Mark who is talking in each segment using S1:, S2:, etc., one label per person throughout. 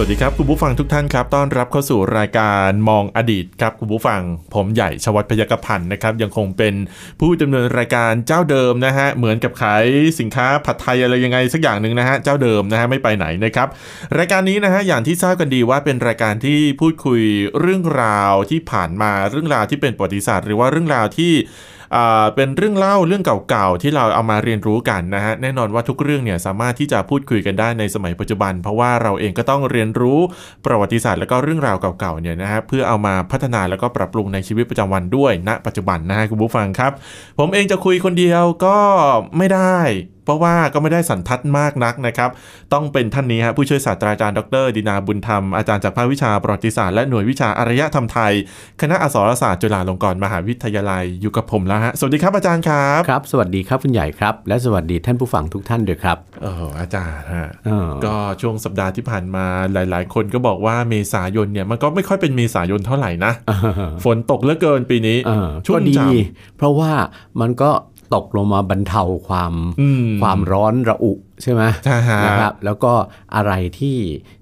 S1: สวัสดีครับ คุณผู้ฟังทุกท่านครับ ต้อนรับเข้าสู่รายการมองอดีตครับ คุณผู้ฟัง ผมใหญ่ชวัฒน์พยกพันธ์นะครับ ยังคงเป็นผู้ดำเนินรายการเจ้าเดิมนะฮะ เหมือนกับขายสินค้าผัดไทยอะไรยังไงสักอย่างหนึ่งนะฮะ เจ้าเดิมนะฮะไม่ไปไหนนะครับ รายการนี้นะฮะอย่างที่ทราบกันดีว่าเป็นรายการที่พูดคุยเรื่องราวที่ผ่านมาเรื่องราวที่เป็นประวัติศาสตร์ หรือว่าเรื่องราวที่ อ่าเป็นเรื่องเล่าเรื่องเก่าๆที่เราเอามาเรียนรู้กันนะฮะแน่นอนว่าทุกเรื่องเนี่ยสามารถที่จะพูดคุยกันได้ในสมัยปัจจุบัน เพราะว่าเราเองก็ต้องเรียนรู้ประวัติศาสตร์ แล้วก็เรื่องราวเก่าๆเนี่ยนะฮะเพื่อเอามาพัฒนาแล้วก็ปรับปรุงในชีวิตประจำวันด้วยณปัจจุบันนะฮะคุณผู้ฟังครับ ผมเองจะคุยคนเดียวก็ไม่ได้ เพราะว่าก็ไม่ได้สันทัดมากนักนะครับ ต้องเป็นท่านนี้ฮะผู้ช่วยศาสตราจารย์ดรดินาบุญธรรม อาจารย์จากภาควิชาประวัติศาสตร์และหน่วยวิชาอารยธรรมไทย คณะอักษรศาสตร์จุฬาลงกรณ์มหาวิทยาลัยอยู่กับผมแล้วฮะ สวัสดีครับอาจารย์ครับ
S2: ครับ สวัสดีครับคุณใหญ่ครับ และสวัสดีท่านผู้ฟังทุกท่านด้วยครับ
S1: เอออาจารย์ฮะ
S2: เออ
S1: ก็ช่วงสัปดาห์ที่ผ่านมาหลาย ๆ คนก็บอกว่าเมษายนเนี่ยมันก็ไม่ค่อยเป็นเมษายนเท่าไหร่ นะ
S2: เออ
S1: ฝนตกเหลือเกินปีนี้
S2: เออ
S1: ชุ่
S2: ก็
S1: ม
S2: ดี
S1: ฉ่
S2: เพราะว่ามันก็ตกลงมาบรรเทาความ
S1: ำอืม
S2: ความร้อนระอุใช่ไหม
S1: ใช่ฮะ
S2: นะครับ แล้วก็อะไรที่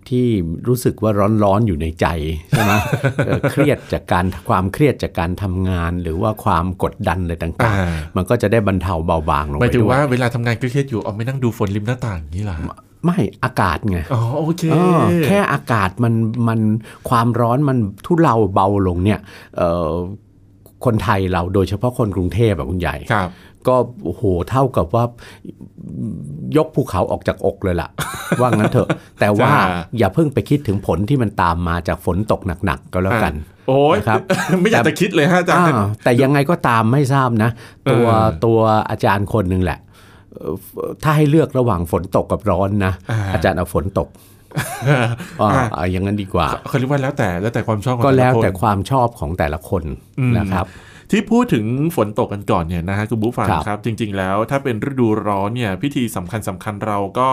S2: ที่รู้สึกว่าร้อนๆอยู่ในใจใช่ไหม เออเครียดจากการความเครียดจากการทำงาน หรือว่าความกดดันอะไรต
S1: อ่
S2: ่าง
S1: า
S2: ๆ มันก็จะได้บรรเทาเบาบางลง
S1: ห
S2: ไป
S1: มายถึง
S2: ด้วย
S1: ว่าเวลาทำงานเครียดๆอยู่เอาไม่นั่งดูฝนริมหน้าต่างอย่างนี้เหรอฮะ
S2: ไม่อากาศไง
S1: อ๋อโอเค
S2: เออแค่อากาศมันมันความร้อนมันทุเลาเบาลงเนี่ยเอ่อคนไทยเราโดยเฉพาะคนกรุงเทพแบบคุณใหญ่
S1: ครับ
S2: ก็โอ้โหเท่ากับว่า ยกภูเขาออกจากอกเลยล่ะ ว่างั้นเถอะ แต่ว่า
S1: จ้า
S2: อย่าเพิ่งไปคิดถึงผลที่มันตามมาจากฝนตกหนักๆก็แล้วกัน
S1: อ่ะโอ้ย
S2: นะครับ
S1: ไม่อยากจะคิดเลยฮะอาจารย์
S2: อ่าแต่ยังไงก็ตามไม่ทราบนะ ตัว
S1: เออ
S2: ตัวอาจารย์คนหนึ่งแหละเอ่อถ้าให้เลือกระหว่างฝนตกกับร้อนนะ
S1: อ่า
S2: อาจารย์เอาฝน ตกอ่าเอาอย่างนั้นดีกว่า
S1: เขาเรียกว่าแล้วแต่แล้วแต่ความชอบของ
S2: ก็
S1: ต่ะ
S2: แล้วแต่
S1: คน
S2: ความชอบของแต่ละคน
S1: อืม
S2: นะครับ
S1: ที่พูดถึงฝนตกกันก่อนเนี่ยนะฮะคุณบุ๊ฟัง
S2: ครับ
S1: ครับ จริง ๆ แล้วถ้าเป็นฤดูร้อนเนี่ยพิธีสำคัญสคัญๆเราก็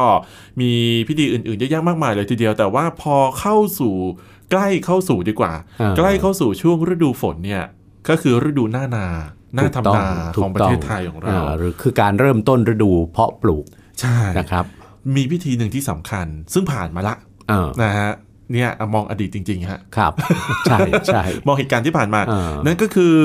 S1: มีพิธีอื่นๆเยอะแยะมากมายเลยทีเดียว แต่ว่าพอเข้าสู่ใกล้เข้าสู่ดีกว่า
S2: อ่า
S1: ใกล้เข้าสู่ช่วงฤดูฝนเนี่ยก็คือฤดูหน้านาหน้า
S2: ถูก
S1: ทำ
S2: ต้อง
S1: นา
S2: ถู
S1: ข
S2: ก
S1: องประเทศ
S2: ต้อง
S1: ไทยของเรา
S2: อ่าหรือคือการเริ่มต้นฤดูเพาะปลูก
S1: ใช่
S2: นะครับ
S1: มีพิธีหนึ่งที่สำคัญ ซึ่งผ่านมาละ
S2: อ่า
S1: นะฮะเนี่ยมองอดีตจริงๆฮะ
S2: ครับ ใช่ใช่
S1: มองเหตุการณ์ที่ผ่านมา
S2: อ่า
S1: นั่นก็คือ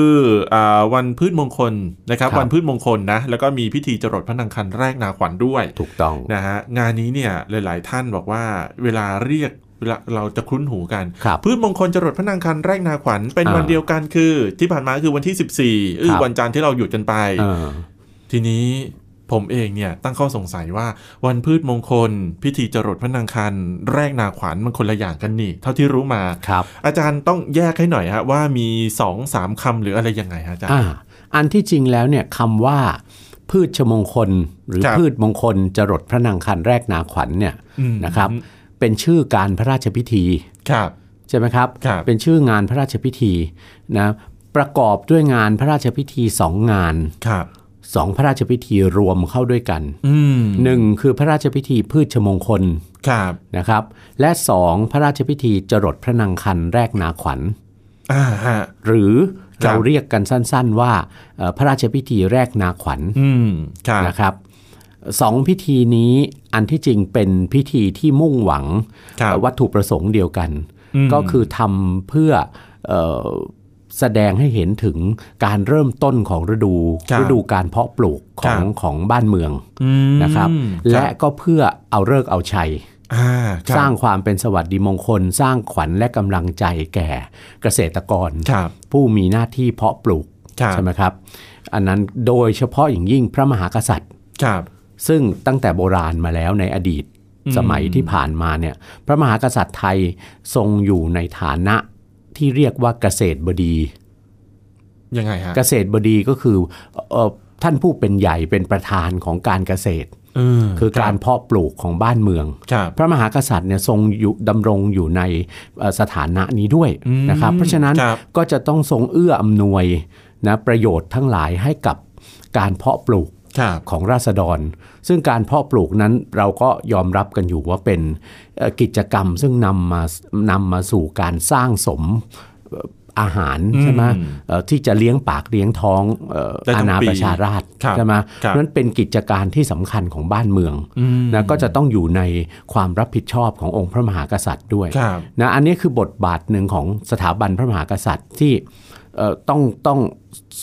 S1: อาวันพืชมงคลนะครับ
S2: ครับ
S1: วันพืชมงคลนะ แล้วก็มีพิธีจรดพระนางคันแรกนาขวัญด้วย
S2: ถูกต้อง
S1: นะฮะ งานนี้เนี่ยหลาย ๆ ท่านบอกว่าเวลาเรียกเวลาเราจะคุ้นหูกัน
S2: ครับ
S1: พืชมงคลจรดพระนางคันแรกนาขวัญเป็น
S2: อ่า
S1: วันเดียวกันคือ ที่ผ่านมาคือวันที่ 14เออ
S2: ครับ
S1: วันจันทร์ที่เราหยุดกันไป
S2: เออ
S1: ทีนี้ผมเองเนี่ยตั้งข้อสงสัยว่าวันพืชมงคล พิธีจรดพระนางคันแรกนาขวัญมันคนละอย่างกันนี่ เท่าที่รู้มา
S2: ครับ
S1: อาจารย์ต้องแยกให้หน่อยฮะว่ามีสองสามคำหรืออะไรยังไงฮะอาจารย์
S2: อ่าอันที่จริงแล้วเนี่ยคำว่า พืชชมงคล หรือ
S1: ครับ
S2: พืชมงคลจรดพระนางคันแรกนาขวัญเนี่ย
S1: อืม
S2: นะครับ เป็นชื่อการพระราชพิธี
S1: ครับ
S2: ใช่ไหมครับ
S1: ครับ
S2: เป็นชื่องานพระราชพิธีนะประกอบด้วยงานพระราชพิธีสองงาน
S1: ครับ
S2: สองพระราชพิธีรวมเข้าด้วยกัน
S1: อืม
S2: หนึ่งคือพระราชพิธีพืชชมงคล
S1: ครับ
S2: นะครับ และสองพระราชพิธีจรดพระนางคันแรกนาขวัญ
S1: อ่าฮะ
S2: หรือ
S1: ครับ
S2: เราเรียกกันสั้นๆว่าเอ่อพระราชพิธีแรกนาขวัญ
S1: อืมครับ
S2: นะครับสองพิธีนี้อันที่จริงเป็นพิธีที่มุ่งหวัง
S1: ครับ
S2: วัตถุประสงค์เดียวกัน
S1: อืม
S2: ก็คือทำเพื่อเอ่อแสดงให้เห็นถึงการเริ่มต้นของฤดู
S1: ครับ
S2: ฤดูการเพาะปลูกขอ
S1: ค
S2: ง
S1: รับ
S2: ของบ้านเมือง
S1: อืม
S2: นะครับและก็เพื่อเอาเลิกษ์เอาชัย
S1: อ่าครับ
S2: สร้างความเป็นสวัสดิมงคล สร้างขวัญและกำลังใจแก่เกษตรกร
S1: ครับ
S2: ผู้มีหน้าที่เพาะปลูก
S1: ครับ
S2: ใช่ไหมครับ อันนั้นโดยเฉพาะอย่างยิ่งพระมหากษัตริย์
S1: ครับ
S2: ซึ่งตั้งแต่โบราณมาแล้วในอดีต
S1: อืม
S2: สมัยที่ผ่านมาเนี่ยพระมหากษัตริย์ไทยทรงอยู่ในฐานะที่เรียกว่าเกษตรบดี
S1: ยังไงฮะ
S2: เกษตรบดีก็คือเอ่อท่านผู้เป็นใหญ่เป็นประธานของการเกษตร
S1: เออ
S2: คือการเพาะปลูกของบ้านเมือง
S1: ครับ
S2: พระมหากษัตริย์เนี่ยทรงอยู่ดำรงอยู่ในเอ่อสถานะนี้ด้วย
S1: อืม
S2: นะครับ เพราะฉะนั้น
S1: ครับ
S2: ก็จะต้องทรงเอื้ออำนวยนะประโยชน์ทั้งหลายให้กับการเพาะปลูก
S1: ครับ
S2: ของราษฎร ซึ่งการเพาะปลูกนั้นเราก็ยอมรับกันอยู่ว่าเป็นเอ่อกิจกรรมซึ่งนำมานำมาสู่การสร้างสมเอ่ออาหารใช่ไหมเอ่อที่จะเลี้ยงปากเลี้ยงท้องเอ่อ
S1: ได้ทั้
S2: อางณา
S1: ปี
S2: ประชาราษฎร์
S1: ครับ
S2: ใช่ไหม
S1: ครับ
S2: เพราะฉะนั้นเป็นกิจการที่สำคัญของบ้านเมืองนะก็จะต้องอยู่ในความรับผิดชอบขององค์พระมหากษัตริย์ด้วย
S1: ครับ
S2: นะอันนี้คือบทบาทหนึ่งของสถาบันพระมหากษัตริย์ที่เอ่อต้องต้อง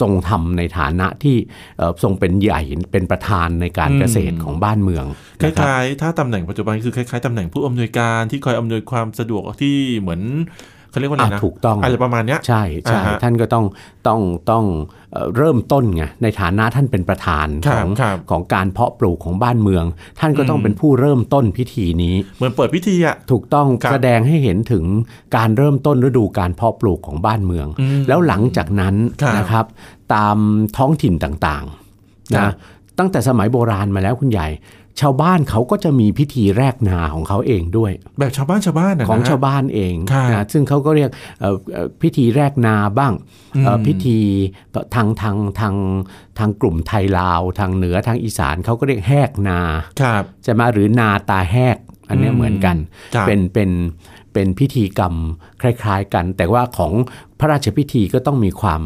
S2: ทรงทำในฐานะที่เอ่อทรงเป็นใหญ่เป็นประธานในการเกษตรของบ้านเมือง
S1: คล
S2: นะครับ
S1: ้ายๆ ถ้าตำแหน่งปัจจุบันคือคล้ายๆตำแหน่งผู้อำนวยการที่คอยอำนวยความสะดวกที่เหมือนเขาเรียกว่าอะไรนะ
S2: อ่ะถูกต้อง
S1: อะไรประมาณเนี้ย
S2: ใช่ใช่
S1: อ่าฮะ
S2: ท่านก็ต้องต้องต้องเอ่อเริ่มต้นไงในฐานะท่านเป็นประธาน
S1: ครั
S2: ข
S1: บ
S2: อง
S1: ครับ
S2: ของการเพาะปลูกของบ้านเมือง ท่านก็ต้อง
S1: อืม
S2: เป็นผู้เริ่มต้นพิธีนี้
S1: เหมือนเปิดพิธีอ่ะ
S2: ถูกต้อง
S1: ครับ
S2: แสดงให้เห็นถึงการเริ่มต้นฤดูการเพาะปลูกของบ้านเมือง
S1: อืม
S2: แล้วหลังจากนั้น
S1: ครับ
S2: นะครับ ตามท้องถิ่นต่างๆ
S1: ครั
S2: นะ
S1: บ
S2: ตั้งแต่สมัยโบราณมาแล้วคุณใหญ่ ชาวบ้านเขาก็จะมีพิธีแรกนาของเขาเองด้วย
S1: แบบชาวบ้านชาวบ้านะนะ
S2: ของชาวบ้านเอง
S1: ครับ
S2: นะซึ่งเขาก็เรียกเอ่อเอ่อพิธีแรกนาบ้างเอ่อ
S1: อืม
S2: พิธีทางทางทางทางกลุ่มไทยลาว ทางเหนือทางอีสานเขาก็เรียกแหกนา
S1: ครับ
S2: ใช่ไหมหรือนาตาแหกอันเนี้ย
S1: อืม
S2: เหมือนกัน
S1: ครับ
S2: เป็นเป็นเป็นพิธีกรรมคล้าย ๆกัน แต่ว่าของพระราชพิธีก็ต้องมีความ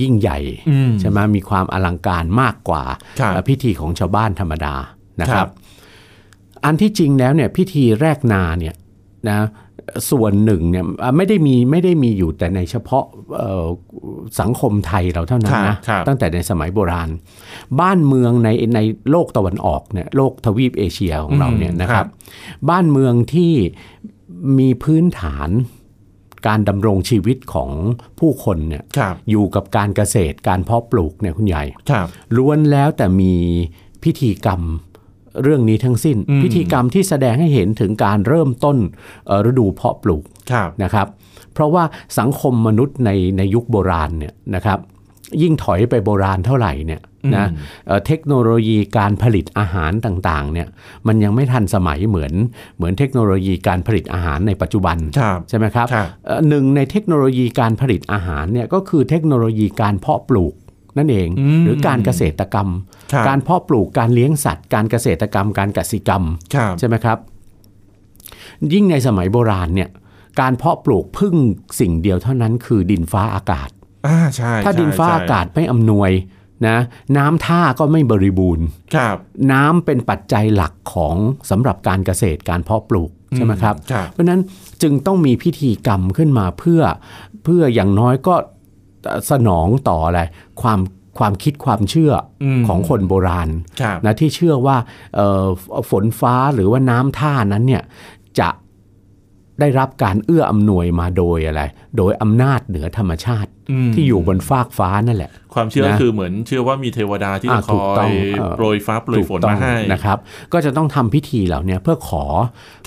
S2: ยิ่งใหญ่
S1: อืม
S2: ใช่ไหมมีความอลังการมากกว่า
S1: ครับ
S2: เอ่อพิธีของชาวบ้านธรรมดานะค
S1: ครั
S2: รับ บ อันที่จริงแล้วเนี่ยพิธีแรกนาเนี่ยนะส่วนหนึ่งเนี่ยอ่ะไม่ได้มีไม่ได้มีอยู่แต่ในเฉพาะเอ่อสังคมไทยเราเท่านั้น
S1: ครั
S2: นะ
S1: บครับ
S2: ตั้งแต่ในสมัยโบราณ บ้านเมืองในในโลกตะวันออกเนี่ยโลกทวีปเอเชียของเราเนี่ย
S1: อืม
S2: นะ
S1: ค
S2: ค
S1: รั
S2: รับ บ บ้านเมืองที่มีพื้นฐานการดำรงชีวิตของผู้คนเนี่ย
S1: ครับ
S2: อยู่กับการเกษตรการเพาะปลูกเนี่ยคุณใหญ่
S1: ครับ
S2: ล้วนแล้วแต่มีพิธีกรรมเรื่องนี้ทั้งสิ้น
S1: อืม
S2: พิธีกรรมที่แสดงให้เห็นถึงการเริ่มต้นเอ่อฤดูเพาะปลูก
S1: ครับ
S2: นะครับเพราะว่าสังคมมนุษย์ในในยุคโบราณเนี่ยนะครับยิ่งถอยไปโบราณเท่าไหร่เนี่ยนะ
S1: อืม
S2: เอ่อเทคโนโลยีการผลิตอาหารต่างๆเนี่ยมันยังไม่ทันสมัยเหมือนเหมือนเทคโนโลยีการผลิตอาหารในปัจจุบัน
S1: ครับ
S2: ใช่ไหมครับ
S1: ครับ
S2: เอ่อหนึ่งในเทคโนโลยีการผลิตอาหารเนี่ยก็คือเทคโนโลยีการเพาะปลูกนั่นเอง หรือการเกษตรกรรม
S1: ครับ
S2: การเพาะปลูกการเลี้ยงสัตว์ การเกษตรกรรม การกสิกรรม
S1: ครับ
S2: ใช่ไหมครับ ยิ่งในสมัยโบราณเนี่ยการเพาะปลูกพึ่งสิ่งเดียวเท่านั้นคือดินฟ้าอากาศ
S1: อ่าใช่
S2: ถ้า
S1: ใช่
S2: ดินฟ้า
S1: ใช่
S2: อากาศไม่อำนวยนะน้ำท่าก็ไม่บริบูรณ์
S1: ครับ
S2: น้ำเป็นปัจจัยหลักของสำหรับการเกษตรการเพาะปลูกใช่ไหมครับ
S1: ครับ
S2: เพราะฉะนั้นจึงต้องมีพิธีกรรมขึ้นมาเพื่อเพื่ออย่างน้อยก็สนองต่ออะไรความความคิดความเชื่ออ
S1: ม
S2: ของคนโบราณ
S1: ครับ
S2: นะที่เชื่อว่าเอ่อฝฝนฟ้าหรือว่าน้ำท่านั้นเนี่ยจะได้รับการเอื้ออำนวยมาโดยอะไร โดยอำนาจเหนือธรรมชาติ
S1: อืม
S2: ที่อยู่บนฟากฟ้านั่นแหละ
S1: ความเชื่อ
S2: นะ
S1: คือเหมือนเชื่อว่ามีเทวดาที่จะ
S2: อ่า
S1: ค
S2: ถู
S1: อก
S2: ต้อย งเอ่อ
S1: โปรยฟ้าโปรยฝนมาให้
S2: นะครับ ก็จะต้องทำพิธีเหล่าเนี้เพื่อขอ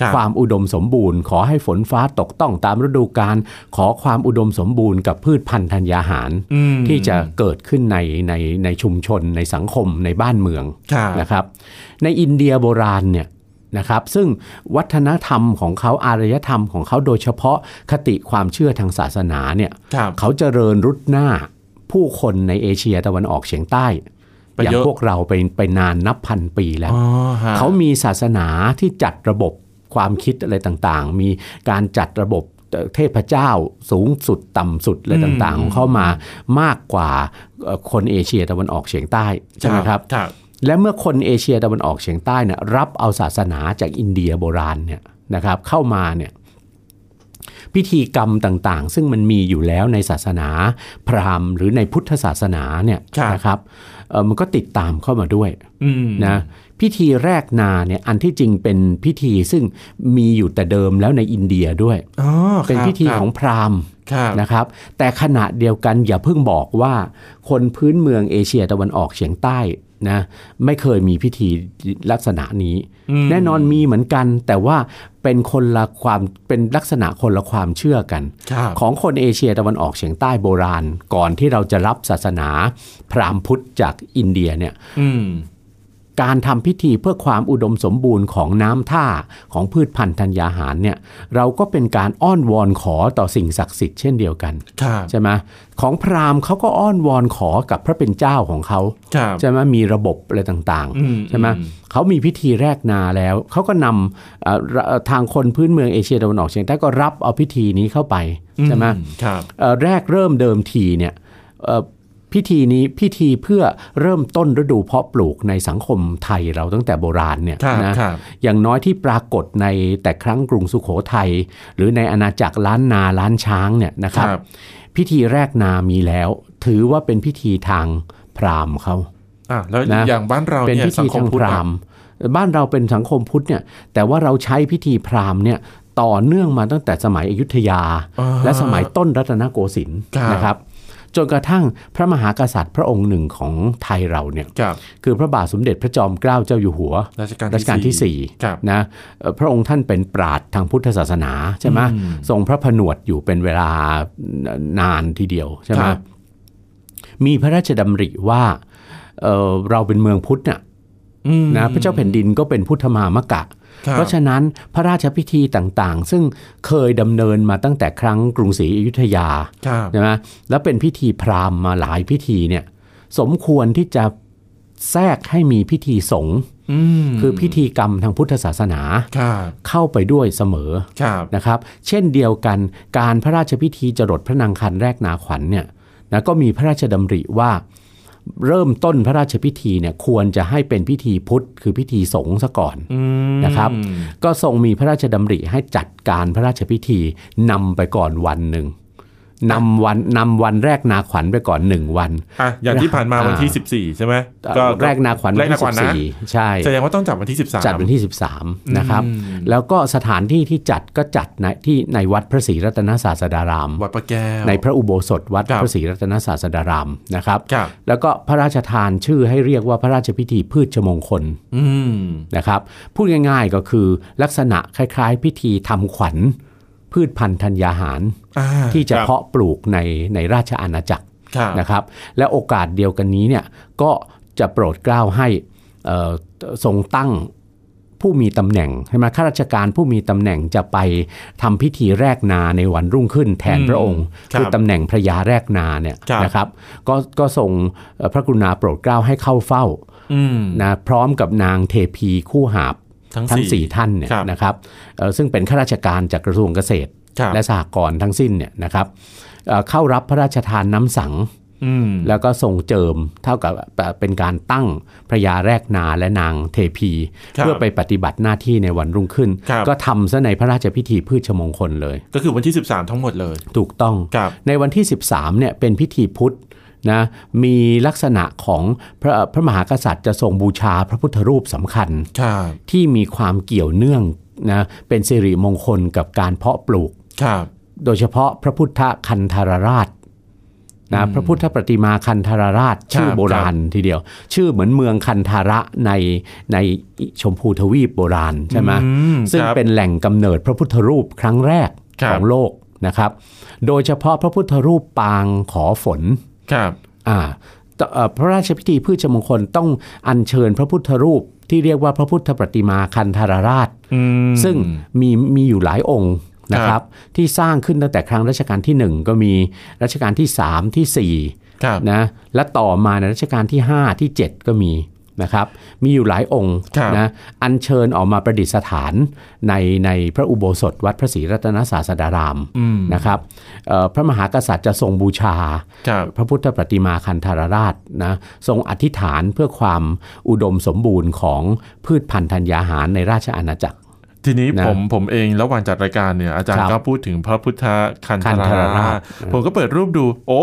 S1: ครับ
S2: ความอุดมสมบูรณ์ ขอให้ฝนฟ้าตกต้องตามฤดูกาลขอความอุดมสมบูรณ์กับพืชพันธุ์ธัญญาหาร
S1: อืม
S2: ที่จะเกิดขึ้นในในในชุมชนในสังคมในบ้านเมือง
S1: ครับ
S2: นะครับในอินเดียโบราณเนี่ยนะครับซึ่งวัฒนธรรมของเขาอารยธรรมของเขาโดยเฉพาะคติความเชื่อทางศาสนาเนี่ย
S1: ครับ
S2: เขาเจริญรุดหน้าผู้คนในเอเชียตะวันออกเฉียงใต้
S1: ไป
S2: อย่าง
S1: เยอะ
S2: พวกเราไปไปนานนับพันปีแล้ว
S1: อ๋อฮะ
S2: เขามีศาสนาที่จัดระบบความคิดอะไรต่างๆ มีการจัดระบบเทพเจ้าสูงสุดต่ำสุดอะไรต่างๆ ของเขามามากกว่าเอ่อคนเอเชียตะวันออกเฉียงใต้ใช่ไหมครับ
S1: ครับ
S2: และเมื่อคนเอเชียตะวันออกเฉียงใต้เนี่ยรับเอาศาสนาจากอินเดียโบราณเนี่ยนะครับเข้ามาเนี่ยพิธีกรรมต่างๆ ซึ่งมันมีอยู่แล้วในศาสนาพราหมณ์ หรือในพุทธศาสนาเนี่ยนะครับเอ่อมันก็ติดตามเข้ามาด้วย
S1: อืม
S2: นะพิธีแรกนาเนี่ยอันที่จริงเป็นพิธีซึ่งมีอยู่แต่เดิมแล้วในอินเดียด้วย
S1: อ๋อ
S2: เป็น
S1: ครับ
S2: พิธี
S1: ครับ
S2: ของพราหมณ์
S1: ครับ
S2: นะครับแต่ขณะเดียวกันอย่าเพิ่งบอกว่า คนพื้นเมืองเอเชียตะวันออกเฉียงใต้นะไม่เคยมีพิธีลักษณะนี้ แน่นอนมีเหมือนกัน แต่ว่าเป็นคนละความเป็นลักษณะคนละความเชื่อกัน
S1: ครับ
S2: ของคนเอเชียตะวันออกเฉียงใต้โบราณ ก่อนที่เราจะรับศาสนาพราหมณ์พุทธจากอินเดียเนี่ย
S1: อืม
S2: การทำพิธีเพื่อความอุดมสมบูรณ์ของน้ำท่าของพืชพันธุ์ธัญญาหารเนี่ยเราก็เป็นการอ้อนวอนขอต่อสิ่งศักดิ์สิทธิ์เช่นเดียวกัน
S1: ครับ
S2: ใช่ไหมของพราหมณ์เขาก็อ้อนวอนขอกับพระเป็นเจ้าของเขา
S1: ครับ
S2: ใช่ไหมมีระบบอะไรต่าง
S1: อืม
S2: ๆ ใช่ไหม
S1: อืม
S2: เขามีพิธีแรกนาแล้ว เขาก็นำเอ่อระเอ่อทางคนพื้นเมืองเอเชียตะวันออกเฉียงใต้ก็รับเอาพิธีนี้เข้าไปใช่ไหม
S1: อืครับ
S2: เอ่อแรกเริ่มเดิมทีเนี่ยเอ่อพิธีนี้พิธีเพื่อเริ่มต้นฤดูเพาะปลูกในสังคมไทยเราตั้งแต่โบราณเนี่ย
S1: ครับ
S2: นะ
S1: ครับ
S2: อย่างน้อยที่ปรากฏในแต่ครั้งกรุงสุโขทัยหรือในอาณาจักรล้านนาล้านช้างเนี่ยนะค
S1: ครับ รับ
S2: พิธีแรกนามีแล้ว ถือว่าเป็นพิธีทางพราหมณ์เขา
S1: อ่ะแล้ว
S2: นะ
S1: อย่างบ้านเรา
S2: เป็น
S1: เนี่ย
S2: พิ
S1: สั
S2: ธี
S1: งคม
S2: ทาง
S1: พุท
S2: พ
S1: ธ
S2: ราหมณ์บ้านเราเป็นสังคมพุทธเนี่ยแต่ว่าเราใช้พิธีพราหมณ์เนี่ยต่อเนื่องมาตั้งแต่สมัยอยุธยา
S1: อ่า
S2: และสมัยต้นรัตนโกสินทร์
S1: ครับ
S2: นะครับ จนกระทั่งพระมหากษัตริย์พระองค์หนึ่งของไทยเราเนี่ย
S1: ครับ
S2: คือพระบาทสมเด็จพระจอมเกล้าเจ้าอยู่หัว
S1: รัชกาล
S2: รัชกาลที่สี่
S1: ครับ
S2: นะเอ่อพระองค์ท่านเป็นปราดทางพุทธศาสนาใช่ไหม
S1: อืม
S2: ทรงพระผนวดอยู่เป็นเวลานานทีเดียวใช่ไห
S1: ค
S2: ม
S1: รับ
S2: มีพระราชดำริว่าเอ่อเราเป็นเมืองพุทธน่ะ
S1: อืม
S2: นะพระเจ้าแผ่นดินก็เป็นพุทธมามกะ
S1: คบ
S2: เพราะฉะนั้นพระราชพิธีต่างๆ ซึ่งเคยดำเนินมาตั้งแต่ครั้งกรุงศรีอยุธยา
S1: ครับ
S2: ใช่ไหมแล้วเป็นพิธีพราหมณ์มาหลายพิธีเนี่ยสมควรที่จะแทรกให้มีพิธีสงฆ์
S1: อืม
S2: คือพิธีกรรมทางพุทธศาสนา
S1: ครับ
S2: เข้าไปด้วยเสมอ
S1: ครับ
S2: นะครับ เช่นเดียวกันการพระราชพิธีจรดพระนางคันแรกนาขวัญเนี่ยนะก็มีพระราชดำริว่า เริ่มต้นพระราชพิธีเนี่ยควรจะให้เป็นพิธีพุทธ คือพิธีสงฆ์ซะก่อน
S1: อืม
S2: นะครับ ก็ทรงมีพระราชดำริให้จัดการพระราชพิธีนำไปก่อนวันหนึ่งนำวันนำวันแรกนาขวัญไปก่อนหนึ่งวัน
S1: อ่ะอย่างที่ผ่านมาวันที่ 14 ใช่ไหมก็
S2: แรกนาขวัญ
S1: แร
S2: วั
S1: ก
S2: น
S1: นา
S2: ที่
S1: ขวัญ
S2: สิบ
S1: นะ
S2: สี่ใช่
S1: แสดงว่าต้องจัดวันที่ 13
S2: จัดวันที่ 13 นะครับ
S1: อืม
S2: แล้วก็สถานที่ที่จัดก็จัดในที่ในวัดพระศรีรัตนศาสดาราม
S1: วัดประแก้ว
S2: ในพระอุโบสถวัด
S1: ครับ
S2: พระศรีรัตนศาสดารามนะครับ
S1: ครับ
S2: แล้วก็พระราชทานชื่อให้เรียกว่าพระราชพิธีพืชมงคล
S1: อืม
S2: นะครับ พูดง่ายๆก็คือลักษณะคล้ายๆ พิธีทำขวัญ พืชพันธุ์ธัญญาหาร
S1: อ่า
S2: ที่จะ
S1: ครับ
S2: เพาะปลูกในในราชอาณาจักร
S1: ครับ
S2: นะครับและโอกาสเดียวกันนี้เนี่ยก็จะโปรดเกล้าให้เอ่อทรงตั้งผู้มีตำแหน่งใช่ไหมข้าราชการผู้มีตำแหน่งจะไปทำพิธีแรกนาในวันรุ่งขึ้นแทนพระองค์
S1: ครับ
S2: อตำแหน่งพระยาแรกนาเนี่ย
S1: ครับ
S2: นะครับก็ก็ทรงเอ่อพระกรุณาโปรดเกล้าให้เข้าเฝ้า
S1: อืม
S2: นะพร้อมกับนางเทพีคู่หาบ
S1: ทั้ง
S2: ทั้ง
S1: สี่
S2: 4 ท่านเนี่ย
S1: ครับ
S2: นะครับเอ่อซึ่งเป็นข้าราชการจากกระทรวงเกษตร
S1: ครับ
S2: และสหกรณ์ทั้งสิ้นเนี่ยนะครับเอ่อเข้ารับพระราชทานน้ำสัง
S1: อืม
S2: แล้วก็ทรงเจิมเท่ากับเป็นการตั้งพระยาแรกนาและนางเทพี
S1: ครับ
S2: เพื่อไปปฏิบัติหน้าที่ในวันรุ่งขึ้น
S1: ครับ
S2: ก็ทำซะในพระราชพิธีพืชมงคลเลย
S1: ก็คือวันที่ 13 ทั้งหมดเลย
S2: ถูกต้อง
S1: ครับ
S2: ในวันที่ 13เนี่ยเป็นพิธีพุทธนะมีลักษณะของพระพระมหากษัตริย์จะทรงบูชาพระพุทธรูปสำคัญ
S1: ครับ
S2: ที่มีความเกี่ยวเนื่องนะเป็นสิริมงคลกับการเพาะปลูก
S1: ครับ
S2: โดยเฉพาะพระพุทธคันธารราชนะพระพุทธประติมาคันธารราช ชื่อโบราณทีเดียว ชื่อเหมือนเมืองคันธาระในในชมพูทวีปโบราณใช่ไหม
S1: อืม
S2: ซึ่ง
S1: ครับ
S2: เป็นแหล่งกำเนิดพระพุทธรูปครั้งแรก
S1: ครั
S2: ข
S1: บ
S2: องโลกนะครับ โดยเฉพาะพระพุทธรูปปางขอฝน
S1: ครับ
S2: อ่าตเอ่อพระราชพิธีพืชมงคลต้องอัญเชิญพระพุทธรูปที่เรียกว่าพระพุทธประติมาคันธารราช
S1: อืม
S2: ซึ่งมีมีอยู่หลายองค์นะค
S1: ครั
S2: รับ บ ที่สร้างขึ้นตั้งแต่ครั้งรัชกาลที่ 1 ก็มีรัชกาลที่ 3 ทีสี่
S1: ครับ
S2: 4นะและต่อมาในรัชกาลที่ 5 ที่ 7 ก็มีนะครับ มีอยู่หลายองค์
S1: ครับ
S2: นะอัญเชิญออกมาประดิษฐานในในพระอุโบสถวัดพระศรีรัตนศาสดาราม
S1: อืม
S2: นะครับเอ่อพระมหากษัตริย์จะทรงบูชา
S1: ครับ
S2: พระพุทธประติมาคันธารราชนะทรงอธิษฐานเพื่อความอุดมสมบูรณ์ของพืชพันธุ์ธัญญาหารในราชอาณาจักร
S1: ทีนี้
S2: นะ
S1: ผมผมเองระหว่างจัดรายการเนี่ยอาจารย์
S2: ครับ
S1: ก็พูดถึงพระพุทธคันธ
S2: คัน
S1: าร
S2: ธารรา
S1: า
S2: ช
S1: ชผมก็เปิดรูปดู โอ้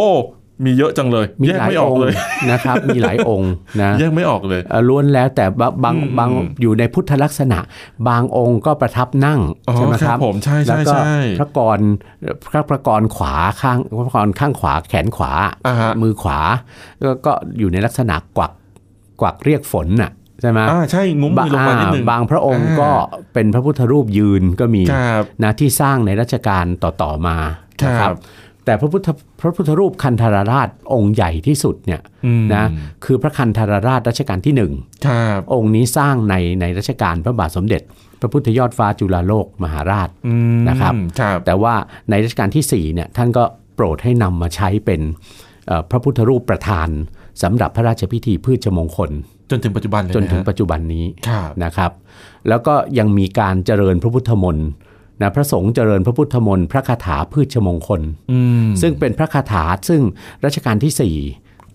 S1: มีเยอะจังเลย
S2: มี
S1: แยก
S2: หลาย
S1: ไม่ออ
S2: อก งค์
S1: เลย
S2: นะครับ มีหลายองค์นะ
S1: แยกไม่ออกเลย
S2: เอ่อล้วนแล้วแต่บางบาง
S1: อืม
S2: บาง
S1: อืม
S2: อยู่ในพุทธลักษณะ บางองค์ก็ประทับนั่ง
S1: อ๋อ
S2: ใช่ไหม
S1: ค
S2: ค
S1: รั
S2: รั
S1: บบ ผมใช่
S2: แล้ว
S1: ใช่
S2: ก็
S1: ใช่
S2: พระกรพระประกรขวาข้างพระกรข้างขวาแขนขวา
S1: อ่าฮะ
S2: มือขวาก็ก็อยู่ในลักษณะกวักกวักเรียกฝนน่ะใช่ไหม
S1: อ่าใช่งุ้มมือลงมานิดนึง
S2: บางพระองค์ก็
S1: อ่
S2: เป็นพระพุทธรูปยืนก็มี
S1: ครับ
S2: นะที่สร้างในรัชกาลต่อ ๆ มานะค
S1: ครั
S2: รั
S1: บบ
S2: แต่พระพุทธพระพุทธรูปคันธาราชองค์ใหญ่ที่สุดเนี่ย
S1: อืม
S2: นะคือพระคันธาราชรัชกาลที่หนึ่ง
S1: ครับ
S2: องค์นี้สร้างในในรัชกาลพระบาทสมเด็จ พระพุทธยอดฟ้าจุฬาโลกมหาราช
S1: อืม
S2: นะครับ
S1: ครับ
S2: แต่ว่าในรัชกาลทีสี่4เนี่ยท่านก็โปรดให้นำมาใช้เป็นเอ่อพระพุทธรูปประธานสำหรับพระราชพิธีพืชมงคล
S1: จนถึงปัจจุบันเลยะ
S2: จนถึงปัจจุบันนี้
S1: ครับ
S2: นะครับ แล้วก็ยังมีการเจริญพระพุทธมนต์นะพระสงฆ์เจริญพระพุทธมนต์พระคาถาพืชมงคล
S1: อืม
S2: ซึ่งเป็นพระคาถาซึ่งรัชกาลที่สี่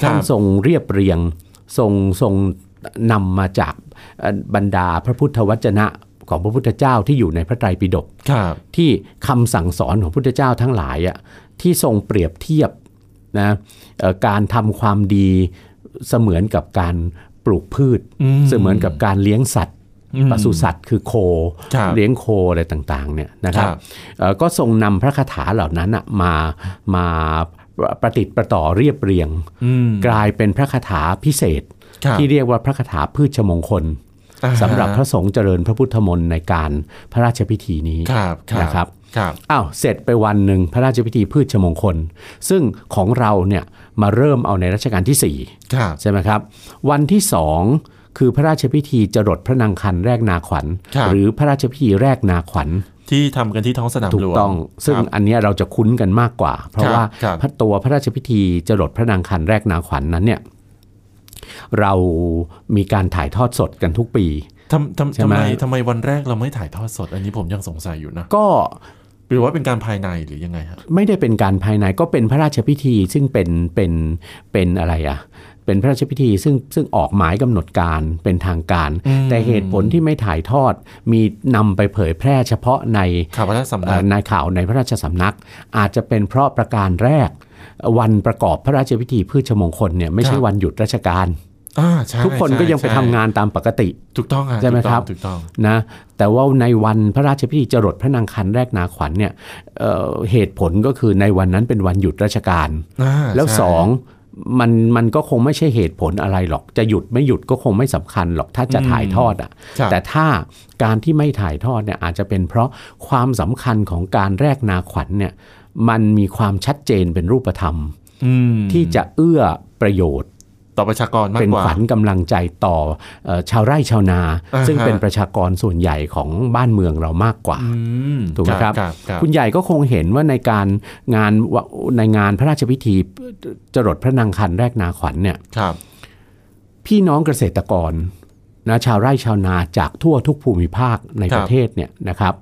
S1: ครับ
S2: ท่านทรงเรียบเรียงทรงทรงนำมาจากเอ่อบรรดาพระพุทธวจนะของพระพุทธเจ้าที่อยู่ในพระไตรปิฎก
S1: ครับ
S2: ที่คำสั่งสอนของพุทธเจ้าทั้งหลายอะที่ทรงเปรียบเทียบนะเอ่อการทำความดีเสมือนกับการปลูกพืช
S1: ม
S2: เสมือนกับการเลี้ยงสัตว์
S1: อืม
S2: ปศุสัตว์คือโค
S1: ครับ
S2: เลี้ยงโคอะไรต่างๆเนี่ยนะครั
S1: ค
S2: บ
S1: รับ
S2: เอ่อก็ทรงนำพระคาถาเหล่านั้นน่ะมามาประติดประต่อเรียบเรียง
S1: อืม
S2: กลายเป็นพระคาถาพิเศษ
S1: ครับ
S2: ที่เรียกว่าพระคาถาพืชมงคล
S1: อ่าฮะ
S2: สำหรับพระสงฆ์เจริญพระพุทธมนต์ในการพระราชพิธีนี้
S1: ครับ
S2: นะครับ
S1: ครับ
S2: อ้าวเสร็จไปวันหนึ่งพระราชพิธีพืชมงคล ซึ่งของเราเนี่ยมาเริ่มเอาในรัชกาลที่สี่
S1: ครับ
S2: ใช่ไหมครับ วันที่สองคือพระราชพิธีจรดพระนางคันแรกนาขวัญ
S1: ครับ
S2: หรือพระราชพิธีแรกนาขวัญ
S1: ที่ทำกันที่ท้องสนาม
S2: ถู
S1: หล
S2: ก
S1: วง
S2: ต้อง ซึ่ง
S1: ครับ
S2: อันเนี้ยเราจะคุ้นกันมากกว่า เพราะว่า
S1: ครับ
S2: พระตัวพระราชพิธีจรดพระนางคันแรกนาขวัญนั้นเนี่ยเรามีการถ่ายทอดสดกันทุกปี
S1: ทำทำ
S2: ใช่
S1: ทำ
S2: ไหม
S1: ไมทำไมวันแรกเราไม่ถ่ายทอดสด อันนี้ผมยังสงสัยอยู่นะ
S2: ก็
S1: หรือว่าเป็นการภายในหรือยังไงฮะ
S2: ไม่ได้เป็นการภายในก็เป็นพระราชพิธีซึ่งเป็นเป็นเป็นอะไรอะเป็นพระราชพิธีซึ่งซึ่งออกหมายกำหนดการเป็นทางการ
S1: อืม
S2: แต่เหตุผลที่ไม่ถ่ายทอดมีนำไปเผยแพร่เฉพาะใน
S1: ข่าวพระราชสำนั
S2: เอ่
S1: ก
S2: อในข่าวในพระราชสำนัก อาจจะเป็นเพราะประการแรก วันประกอบพระราชพิธีพืชมงคลเนี่ยไม่ใช่
S1: ครับ
S2: วันหยุดราชการ
S1: อ่าใช่
S2: ทุกคน
S1: ใช่
S2: ก็ยังไป
S1: ใช่
S2: ทำงานตามปกติ
S1: ถูกต้องฮะ
S2: ใช่ไหม
S1: ถูกต้อง
S2: ครับ
S1: ถูกต้อง
S2: นะแต่ว่าในวันพระราชพิธีจรดพระนางคันแรกนาขวัญเนี่ยเอ่อเหตุผลก็คือในวันนั้นเป็นวันหยุดราชการ
S1: อ่า
S2: แล้ว
S1: ใช่
S2: สองมันมันก็คงไม่ใช่เหตุผลอะไรหรอก จะหยุดไม่หยุดก็คงไม่สำคัญหรอกถ้าจะถ่ายทอดอ่ะ
S1: ครับ
S2: แต่ถ้าการที่ไม่ถ่ายทอดเนี่ยอาจจะเป็นเพราะความสำคัญของการแรกนาขวัญเนี่ยมันมีความชัดเจนเป็นรูปธรรม
S1: อืม
S2: ที่จะเอื้อประโยชน์
S1: ต่อประชากรมาก
S2: เป็น
S1: กว่า
S2: ขวัญกำลังใจต่อเอ่อชาวไร่ชาวนา
S1: อ่าฮะ
S2: ซึ่งเป็นประชากรส่วนใหญ่ของบ้านเมืองเรามากกว่า
S1: อืม
S2: ถูกไหมครับ
S1: ครับครับ
S2: คุณใหญ่ก็คงเห็นว่าในการงานวะในงานพระราชพิธีจรดพระนางคันแรกนาขวัญเนี่ย
S1: ครับ
S2: พี่น้องเกษตรกรนะชาวไร่ชาวนาจากทั่วทุกภูมิภาคใน
S1: ครั
S2: ป
S1: บ
S2: ระเทศเนี่ยนะครับ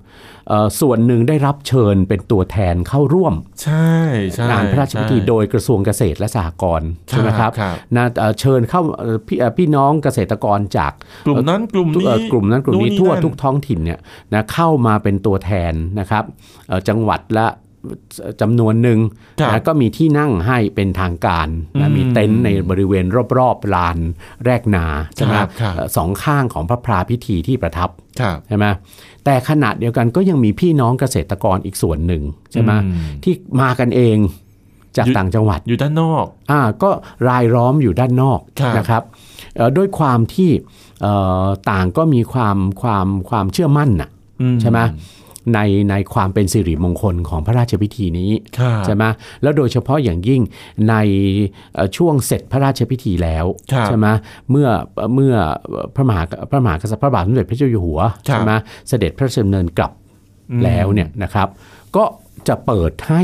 S2: เอ่อส่วนหนึ่งได้รับเชิญเป็นตัวแทนเข้าร่วม
S1: ใช่ใช่
S2: งานพระราชพิธี
S1: ใช่
S2: โดยกระทรวงเกษตรและสหกรณ์ใช่ไหมครับ
S1: ครับ
S2: นะเอ่อเชิญเข้าเอ่อพี่เอ่อพี่น้องเกษตรกรจาก
S1: กลุ่มนั้นกลุ่มนี้
S2: เอ่อกลุ่มนั้นกลุ่มนี้ทั่วทุก
S1: นั่น
S2: ท้องถิ่นเนี่ยนะเข้ามาเป็นตัวแทนนะครับเอ่อจังหวัดละจำนวนหนึ่ง
S1: ครับ
S2: นะก็มีที่นั่งให้เป็นทางการนะ
S1: อืม
S2: มีเต็นท์ในบริเวณรอบๆลานแรกนาใช่ไหม
S1: ครับครับ
S2: เอ่อสองข้างของพระพราพิธีที่ประทับ
S1: ครับ
S2: ใช่ไหมแต่ขณะเดียวกันก็ยังมีพี่น้องเกษตรกรอีกส่วนหนึ่งใช่ไหม
S1: อื
S2: ที่มากันเองจากต่างจังหวัด
S1: อยู่ด้านนอก
S2: อ่าก็รายล้อมอยู่ด้านนอก
S1: ครับ
S2: นะครับเอ่อด้วยความที่เอ่อต่างก็มีความความความเชื่อมั่นน่ะ
S1: อืม
S2: ใช่ไหมในในความเป็นสิริมงคลของพระราชพิธีนี้
S1: ครับ
S2: ใช่ไหมแล้วโดยเฉพาะอย่างยิ่งในเอ่อช่วงเสร็จพระราชพิธีแล้ว
S1: ครับ
S2: ใช่ไหมเมื่อเมื่อพระมหาพระมหากษัตริย์พระบาทสมเด็จพระเจ้าอยู่หัว
S1: ครับ
S2: ใช่ไหมเสด็จพระราชดำเนินกลับ
S1: อืม
S2: แล้วเนี่ยนะครับก็จะเปิดให้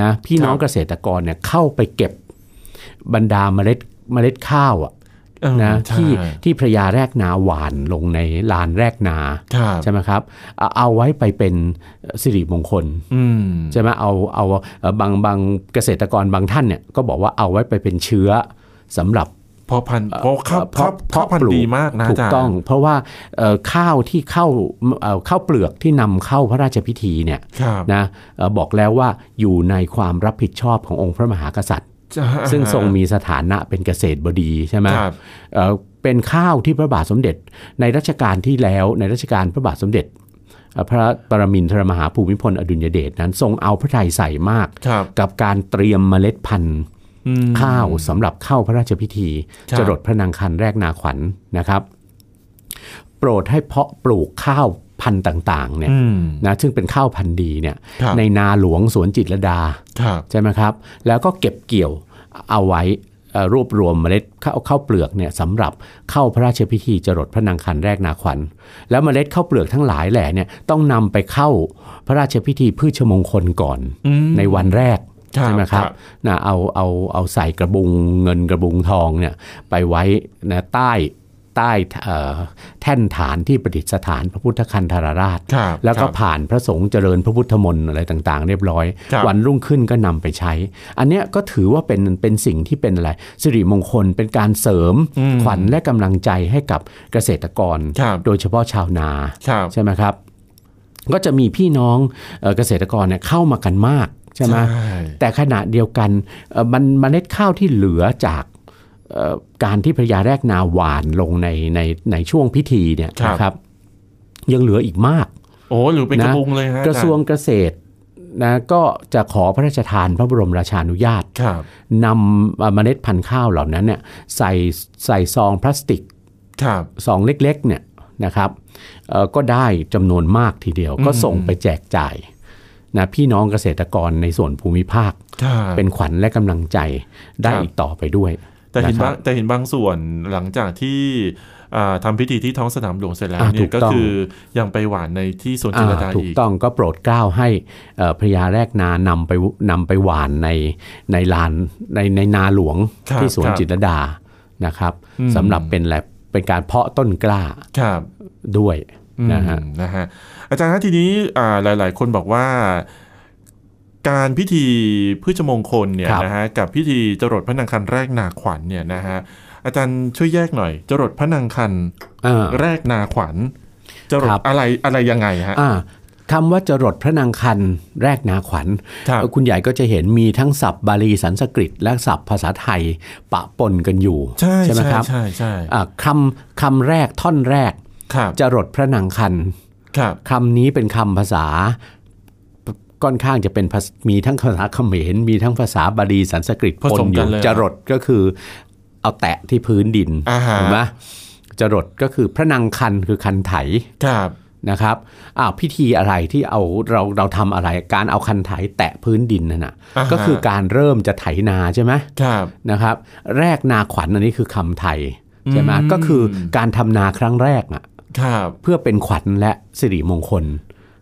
S2: นะพี่น้อง
S1: ครับ
S2: เกษตรกรเนี่ยเข้าไปเก็บบรรดาเมล็ดเมล็ดข้าวอะ
S1: เออ
S2: นะ
S1: ใช่
S2: ที่ที่พระยาแรกนาหวานลงในลานแรกนา
S1: ครับ
S2: ใช่ไหมครับเอาเอาไว้ไปเป็นสิริมงคล
S1: อืม
S2: ใช่ไหมเอาเอาเอ่อบางบางเกษตรกรบางท่านเนี่ยก็บอกว่าเอาไว้ไปเป็นเชื้อสำหรับ
S1: เพอพันธุ์เพราะข้าว
S2: เพราะ
S1: ข้าวพัน
S2: เพราะปลู
S1: ธุ์
S2: ก
S1: ดีมาก
S2: ถู
S1: นะา
S2: ก
S1: จารย์
S2: ต้อง เพราะว่าเอ่อข้าวที่เข้าเอ่อข้าวเปลือกที่นำเข้าพระราชพิธีเนี่ย
S1: ครับ
S2: นะเอ่อบอกแล้วว่าอยู่ในความรับผิดชอบขององค์พระมหากษัตริย์
S1: จะ
S2: ซึ่งทรงมีสถานะเป็นเกษตรบดีใช่ไหม
S1: ครับ
S2: เอ่อเป็นข้าวที่พระบาทสมเด็จ ในรัชกาลที่แล้วในรัชกาลพระบาทสมเด็จเอ่อพระปรมินทรมหาภูมิพลอดุลยเดชนั้นทรงเอาพระทัยใส่มาก
S1: ครับ
S2: กับการเตรียมเมล็ดพันธุ์
S1: อืม
S2: ข้าวสำหรับเข้าพระราชพิธี
S1: ครับ
S2: จรดพระนางคันแรกนาขวัญนะครับ โปรดให้เพาะปลูกข้าว พันธุ์ต่างๆเนี่ย
S1: อืม
S2: นะซึ่งเป็นข้าวพันธุ์ดีเนี่ย
S1: ครับ
S2: ในนาหลวงสวนจิตรลดา
S1: ครับ
S2: ใช่ไหมครับ แล้วก็เก็บเกี่ยวเอาไว้เอ่อรวบรวมเมล็ดข้าวข้าวเปลือกเนี่ยสำหรับเข้าพระราชพิธีจรดพระนางคันแรกนาขวัญ แล้วเมล็ดข้าวเปลือกทั้งหลายแหล่เนี่ยต้องนำไปเข้าพระราชพิธีพืชมงคลก่อน
S1: อืม
S2: ในวันแรก
S1: ครับ
S2: ใช่ไหมครั
S1: ครับ บ
S2: นะเอาเอาเอาใส่กระบุงเงินกระบุงทองเนี่ยไปไว้นะใต้ใต้เอ่อแท่นฐานที่ประดิษฐานพระพุทธคันธรราช
S1: ครับ
S2: แล้ว
S1: ค
S2: ก็
S1: รับ
S2: ผ่านพระสงฆ์เจริญพระพุทธมนต์อะไรต่างๆ เรียบร้อย
S1: ครับ
S2: วันรุ่งขึ้นก็นำไปใช้ อันเนี้ยก็ถือว่าเป็นเป็นสิ่งที่เป็นอะไรสิริมงคลเป็นการเสริมขวัญและกำลังใจให้กับเกษตรกร
S1: ครับ
S2: โดยเฉพาะชาวนา
S1: ครับ
S2: ใช่ไหมครับ ก็จะมีพี่น้องเอ่อเกษตรกรเนี่ยเข้ามากันมากใช่ไหม แต่ขณะเดียวกันเอ่อมันเมล็ดข้าวที่เหลือจากเอ่อการที่พระยาแรกนาหวานลงในในในช่วงพิธีเนี่ย
S1: ครับ
S2: นะครับ ยังเหลืออีกมาก
S1: โอ้หรือเป็น
S2: นะ
S1: กระบุงเลยฮะ
S2: กระทรวงเกษตรนะก็จะขอพระราชทานพระบรมราชานุญาต
S1: อาจารย์ครับ
S2: นำเอ่อเมล็ดพันธุ์ข้าวเหล่านั้นเนี่ยใส่ใส่ซองพลาสติก
S1: ครับ
S2: ซองเล็กๆเนี่ยนะครับเอ่อก็ได้จำนวนมากทีเดียว ก็ส่งไปแจกจ่ายนะพี่น้องเกษตรกรในส่วนภูมิภาค
S1: ครับ
S2: เป็นขวัญและกำลังใจได้
S1: ครับ
S2: อีกต่อไปด้วย
S1: แต่เห็น
S2: นะค
S1: บา
S2: รับ
S1: งแต่เห็นบางส่วนหลังจากที่อ่าทำพิธีที่ท้องสนามหลวงเสร็จแล้ว
S2: อ่า
S1: เนี่
S2: ถู
S1: ย
S2: ก
S1: ก็
S2: ต้อง
S1: คือยังไปหวานในที่สวนจิตรลดา
S2: อ่าถูก
S1: อีก
S2: ต้องก็โปรดเกล้าให้เอ่อพระยาแรกนานำไปนำไปหวานในในลานในในนาหลวง
S1: ครับ
S2: ที่สวน
S1: ครับ
S2: จิตรลดานะครับ
S1: อืม
S2: สำหรับเป็นแลบเป็นการเพาะต้นกล้า
S1: ครับ
S2: ด้วย
S1: อืม
S2: นะฮะ
S1: นะฮะอาจารย์ฮะทีนี้อ่าหลาย ๆ คนบอกว่า การพิธีพืชมงคลเนี่ย
S2: ครับ
S1: นะฮะกับพิธีจรดพระนางคันแรกนาขวัญเนี่ยนะฮะอาจารย์ช่วยแยกหน่อย จรดพระนางคัน
S2: อ่า
S1: แรกนาขวัญจรด
S2: ครับ
S1: อะไรอะไรยังไงฮะ
S2: อ่าคำว่าจรดพระนางคันแรกนาขวัญ
S1: ครับ
S2: คุณใหญ่ก็จะเห็นมีทั้งศัพท์บาลีสันสกฤต และศัพท์ภาษาไทยปะปนกันอยู่
S1: ใช่
S2: ไหม
S1: ใช่
S2: ครับ
S1: ใช่ใช่
S2: อ่าคำคำแรกท่อนแรก
S1: ครับ
S2: จรดพระนางคัน
S1: ครับ
S2: คำนี้เป็นคำภาษาค่อนข้างจะเป็นภาษมีทั้งภาษาเขมรมีทั้งภาษาบาลีสันสกฤต
S1: ผสม
S2: อ
S1: กั
S2: ยู่
S1: นเลย
S2: จรดก็คือเอาแตะที่พื้นดิน
S1: อาหาร
S2: เห็นไหมจรดก็คือพระนางคันคือคันไถ
S1: ครับ
S2: นะครับอ้าวพิธีอะไรที่เอาเราเราทำอะไร การเอาคันไถแตะพื้นดินนั่นนะ
S1: อ่าฮะ
S2: ก็คือการเริ่มจะไถนาใช่ไหม
S1: ครับ
S2: นะครับแรกนาขวัญอันนี้คือคำไทยใช่ไหม
S1: อืม
S2: ก็คือการทำนาครั้งแรกอะ
S1: ครับ
S2: เพื่อเป็นขวัญและสิริมงคล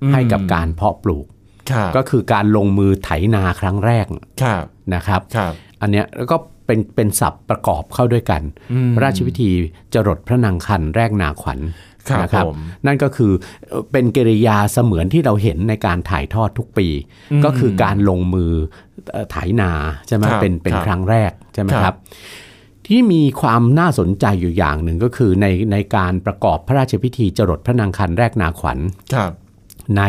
S1: อืม
S2: ให้กับการเพาะปลูก
S1: ครับ
S2: ก็คือการลงมือไถนาครั้งแรก
S1: ครับ
S2: นะครับ
S1: ครับ
S2: อันเนี้ยแล้วก็เป็นเป็นศัพท์ประกอบเข้าด้วยกัน
S1: อืม
S2: พระราชพิธีจรดพระนางคันแรกนาขวัญ
S1: ครับ
S2: นะ
S1: ผม
S2: นั่นก็คือเอ่อเป็นกิริยาเสมือนที่เราเห็นในการถ่ายทอดทุกปี
S1: อืม
S2: ก็คือการลงมือเอ่อไถนาใช่ไหม
S1: ครับ
S2: เป็นเป็น
S1: ครับ
S2: ครั้งแรกใช่ไหม
S1: ค
S2: ค
S1: รั
S2: รับ บ ที่มีความน่าสนใจอยู่อย่างหนึ่งก็คือในในการประกอบพระราชพิธีจรดพระนางคันแรกนาขวัญ
S1: ครับ
S2: ใน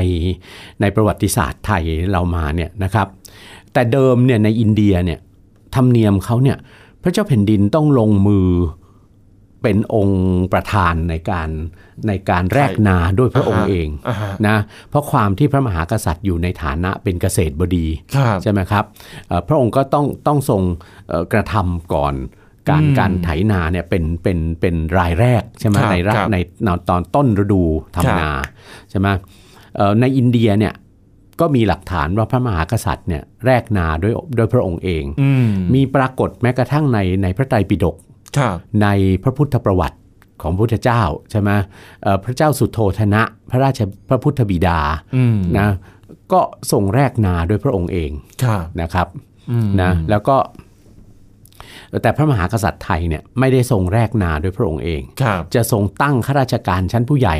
S2: ในประวัติศาสตร์ไทยเรามาเนี่ยนะครับ แต่เดิมเนี่ยในอินเดียเนี่ยธรรมเนียมเขาเนี่ยพระเจ้าแผ่นดินต้องลงมือเป็นองค์ประธานในการในการแรกนาด้วยพระองค์เอง
S1: อ่าฮะ
S2: นะเพราะความที่พระมหากษัตริย์อยู่ในฐานะเป็นเกษตรบดี
S1: ครับ
S2: ใช่ไหมครับเอ่อพระองค์ก็ต้องต้องทรงเอ่อกระทำก่อนการ
S1: อืม
S2: การไถนาเนี่ยเป็นเป็นเป็นรายแรกใช่ไหม
S1: ครับ
S2: ในรั
S1: ครับ
S2: ในตอนต้นฤดูทำ
S1: ครั
S2: ทำ
S1: บ
S2: นาใช่ไหมเอ่อในอินเดียเนี่ยก็มีหลักฐานว่าพระมหากษัตริย์เนี่ยแรกนาด้วยด้วยพระองค์เอง
S1: อืม
S2: มีปรากฏแม้กระทั่งในในพระไตรปิฎก
S1: ครับ
S2: ในพระพุทธประวัติของพระพุทธเจ้าใช่ไหมเอ่อพระเจ้าสุโธธนะ พระราชพระพุทธบิดา
S1: อืม
S2: นะก็ทรงแรกนาด้วยพระองค์เอง
S1: ครับ
S2: นะครับ
S1: อืม
S2: นะแล้วก็ แต่พระมหากษัตริย์ไทยเนี่ยไม่ได้ทรงแรกนาด้วยพระองค์เอง
S1: ครับ
S2: จะทรงตั้งข้าราชการชั้นผู้ใหญ่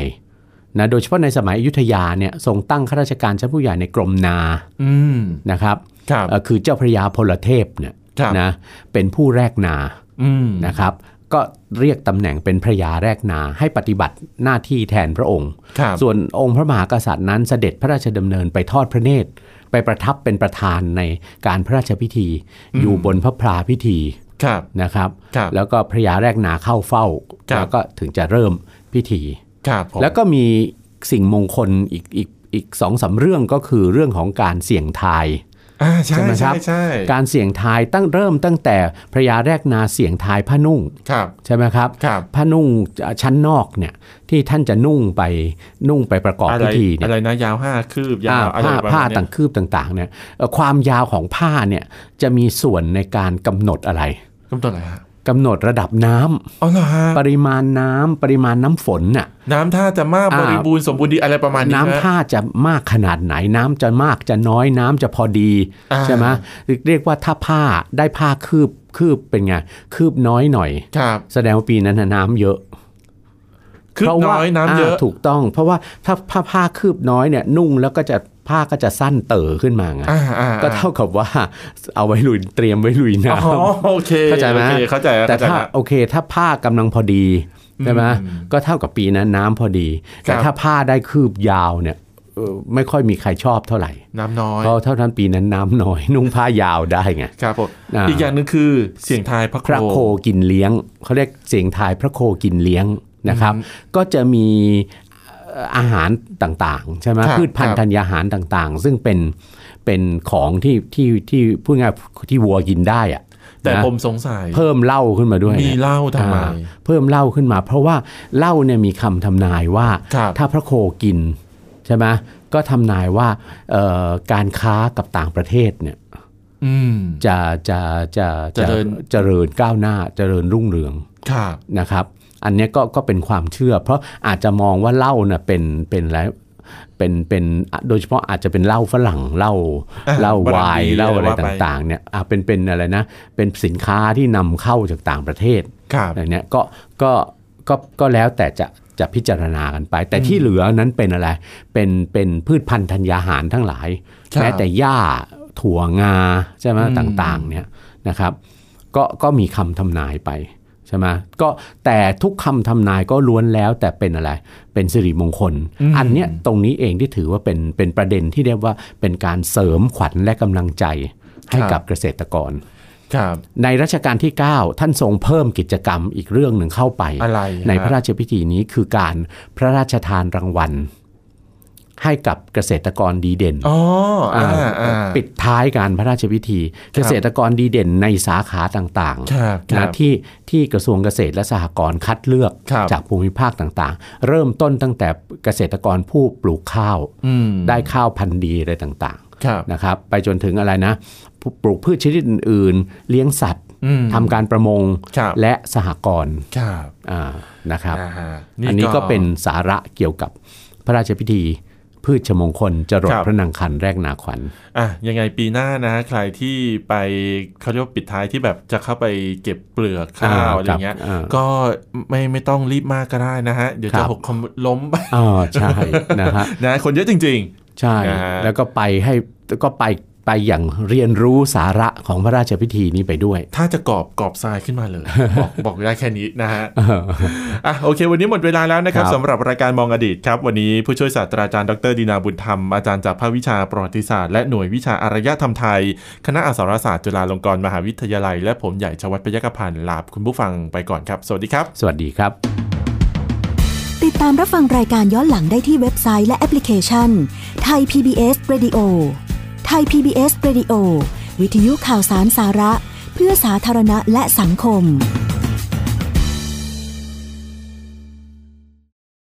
S2: นะโดยเฉพาะในสมัยอยุธยาเนี่ยทรงตั้งข้าราชการชั้นผู้ใหญ่ในกรมนา
S1: อืม
S2: นะครับ
S1: ครับ
S2: เอ่อคือเจ้าพระยาพลเทพเนี่ย
S1: ครับ
S2: นะเป็นผู้แรกนา
S1: อืม
S2: นะครับ ก็เรียกตำแหน่งเป็นพระยาแรกนาให้ปฏิบัติหน้าที่แทนพระองค์
S1: ครับ
S2: ส่วนองค์พระมหากษัตริย์นั้นเสด็จพระราชดำเนินไปทอดพระเนตร ไปประทับเป็นประธานในการพระราชพิธี อยู่บนพระพลาพิธี
S1: ครับ
S2: นะครับ
S1: ครับ
S2: แล้วก็พระยาแรกนาเข้าเฝ้า
S1: ครับ
S2: แล้วก็ถึงจะเริ่มพิธี
S1: ครับผม
S2: แล้วก็มีสิ่งมงคลอีกอีกอีกสองสามเรื่องก็คือเรื่องของการเสี่ยงทาย
S1: อ่าใช่
S2: ใช่ไหมค
S1: ใช่
S2: รับ
S1: ใช่
S2: การเสี่ยงทายตั้งเริ่มตั้งแต่พระยาแรกนาเสี่ยงทายผ้านุ่ง
S1: ครับ
S2: ใช่ไหมครับ
S1: ครับ
S2: ผ้านุ่งชั้นนอกเนี่ยที่ท่านจะนุ่งไปนุ่งไปประกอบ
S1: อะไร
S2: พิธีเนี่ย
S1: อะไรนะยาวห้าคืบ
S2: อ่าย
S1: าวอะไร
S2: ผ้า
S1: ประ
S2: ผ้า
S1: มาณเนี้
S2: ต่าย งคืบต่างๆเนี่ยเอ่อความยาวของผ้าเนี่ยจะมีส่วนในการกำหนดอะไร
S1: กำหนดอะไรฮะ
S2: กำหนดระดับน้ำ
S1: อ๋อเหรอฮะ
S2: ปริมาณน้ำปริมาณน้ำฝนน่ะ
S1: น้ำท่าจะมาก
S2: อ่า
S1: บริบูรณ์สมบูรณ์ดีอะไรประมาณนี้
S2: น้ำ
S1: ฮะ
S2: ท่าจะมากขนาดไหนน้ำจะมากจะน้อยน้ำจะพอดี
S1: อ่า
S2: ใช่ไหมเรียกว่าถ้าผ้าได้ผ้าคืบคืบเป็นไงคืบน้อยหน่อย
S1: ครับ
S2: แสดงว่าปีนั้นน่ะน้ำเยอะ
S1: คืบ
S2: พราะว่า
S1: น้อยน้ำเยอะ
S2: าถูกต้อง เพราะว่าถ้าผ้าผ้าคืบน้อยเนี่ยนุ่งแล้วก็จะผ้าก็จะสั้นเต๋อขึ้นมาไง
S1: อ่าอ่า
S2: ก็เท่ากับว่าเอาไว้ลุยเตรียมไว้ลุย
S1: อ๋อ
S2: น้ำ
S1: โอเค
S2: เข้าใจไหม
S1: โอคเข้าใจ
S2: แต่
S1: เข้าใจ
S2: ถ้า
S1: ละ
S2: โอเคถ้าผ้ากำลังพอดีใช่ไหมก็เท่ากับปีนั้นน้ำพอดี แต่
S1: ครับ
S2: ถ้าผ้าได้คืบยาวเนี่ยเอ่อไม่ค่อยมีใครชอบเท่าไหร่
S1: น้ำน้อย
S2: เพราะเท่านั้นปีนั้นน้ำน้อย นุ่งผ้ายาวได้ไง
S1: ครับผม
S2: อ่า
S1: อีกอย่างหนึ่งคือเสียงทายพระ
S2: พระโค
S1: โค
S2: กินเลี้ยงเขาเรียกเสียงทายพระโคกินเลี้ยงนะครับ ก็จะมีเอ่ออาหารต่างๆใช่ไหม
S1: ครับ
S2: พืชพัน
S1: ครั
S2: ธุ์
S1: บ
S2: ธัญญาหารต่างๆ ซึ่งเป็นเป็นของที่ที่ที่พูดง่ายๆที่วัวกินได้อะ
S1: แต่
S2: นะ
S1: ผมสงสัย
S2: เพิ่มเหล้าขึ้นมาด้วย
S1: มีเหล้าทำไม
S2: อ่าเพิ่มเหล้าขึ้นมา เพราะว่าเหล้าเนี่ยมีคำทำนายว่า
S1: ครับ
S2: ถ้าพระโคกินใช่ไหมก็ทำนายว่าเอ่อการค้ากับต่างประเทศเนี่ย
S1: อืม
S2: จะจะจะ
S1: เจริญ
S2: เจริญก้าวหน้าเจริญรุ่งเรือง
S1: ครับ
S2: นะครับ อันเนี้ยก็ก็เป็นความเชื่อ เพราะอาจจะมองว่าเหล้าน่ะเป็นเป็นอะไรเป็นเป็นอ่ะโดยเฉพาะอาจจะเป็นเหล้าฝรั่งเหล้า
S1: อ่
S2: เหล้าวาย
S1: บดี
S2: เหล้าอะไร
S1: ว่ป
S2: ต่างๆเนี่ยอ่ะเป็นเป็นอะไรนะเป็นสินค้าที่นำเข้าจากต่างประเทศ
S1: ครับ
S2: อย่างเนี้ยก็ก็ก็ก็แล้วแต่จะจะพิจารณากันไป แต่ที่เหลือนั้นเป็นอะไรเป็นเป็นพืชพันธุ์ธัญญาหารทั้งหลาย
S1: ครับ
S2: แม้แต่หญ้าถั่วงาใช่ไหม
S1: อืม
S2: ต่างๆเนี่ยนะครับก็ก็มีคำทำนายไปใช่ไหมก็แต่ทุกคำทำนายก็ล้วนแล้วแต่เป็นอะไร เป็นสิริมงคล อันเนี้ยตรงนี้เองที่ถือว่าเป็นเป็นประเด็นที่เรียกว่าเป็นการเสริมขวัญและกำลังใจให้กับเกษตรกร
S1: ครับ
S2: ในรัชกาลที่ 9 ท่านทรงเพิ่มกิจกรรมอีกเรื่องหนึ่งเข้าไป
S1: อะไรฮะ
S2: ในพระราชพิธีนี้คือการพระราชทานรางวัล ให้กับเกษตรกรดีเด่น
S1: อ๋ออ่าอ่า
S2: ปิดท้ายการพระราชพิธี เกษตรกรดีเด่นในสาขาต่าง
S1: ครับ
S2: ๆ
S1: ครั
S2: นะ
S1: บ
S2: ที่ที่กระทรวงเกษตรและสหกรณ์คัดเลือก
S1: ครับ
S2: จากภูมิภาคต่างๆ เริ่มต้นตั้งแต่เกษตรกรผู้ปลูกข้าว
S1: อืม
S2: ได้ข้าวพันธุ์ดีอะไรต่าง
S1: ครับ
S2: ๆนะครับไปจนถึงอะไรนะผู้ปลูกพืชชนิดอื่นๆ เลี้ยงสัตว์
S1: อืม
S2: ทำการประมง
S1: ครับ
S2: และสหกรณ์
S1: ครับ
S2: อ่านะครับ
S1: าฮะ
S2: อันนี้ก็เป็นสาระเกี่ยวกับพระราชพิธี พืชมงคลจรด
S1: ครับ
S2: พระนางคันแรกนาขวัญ
S1: อ่ะยังไงปีหน้านะใครที่ไปเขาเรียกว่าปิดท้ายที่แบบจะเข้าไปเก็บเปลือกข้าว
S2: อ่า
S1: อะไรเงี้ย
S2: ครับอ่า
S1: ก็ไม่ไม่ต้องรีบมากก็ได้นะฮะ เดี๋ยว
S2: ครั
S1: จะ
S2: บ
S1: หกคมล้ม
S2: อ๋อใช่ นะฮะ
S1: นะคนเยอะจริง
S2: ใช่
S1: นะฮะ
S2: แล้วก็ไปให้ก็ไปไปอย่างเรียนรู้สาระของพระราชพิธีนี้ไปด้วย
S1: ๆ ถ้าจะกรอบกรอบทรายขึ้นมาเลย บอกบอกได้แค่นี้นะฮ ะ อ่ะโอเค วันนี้หมดเวลาแล้วนะครับ
S2: ครับ
S1: สำหรับรายการมองอดีตครับ วันนี้ผู้ช่วยศาสตราจารย์ดรดินาบุญธรรม อาจารย์จากภาควิชาประวัติศาสตร์และหน่วยวิชาอารยธรรมไทย คณะอักษรศาสตร์จุฬาลงกรณ์มหาวิทยาลัย และผมใหญ่ชวัฒน์พยกพันธ์ลาคุณผู้ฟังไปก่อนครับ สวัสดีครับ
S2: สวัสดีครับ
S3: ติดตามรับฟังรายการย้อนหลังได้ที่เว็บไซต์และแอปพลิเคชันไทย PBS Radio ไทย PBS Radio วิทยุข่าวสารสาระ เพื่อสาธารณะและสังคม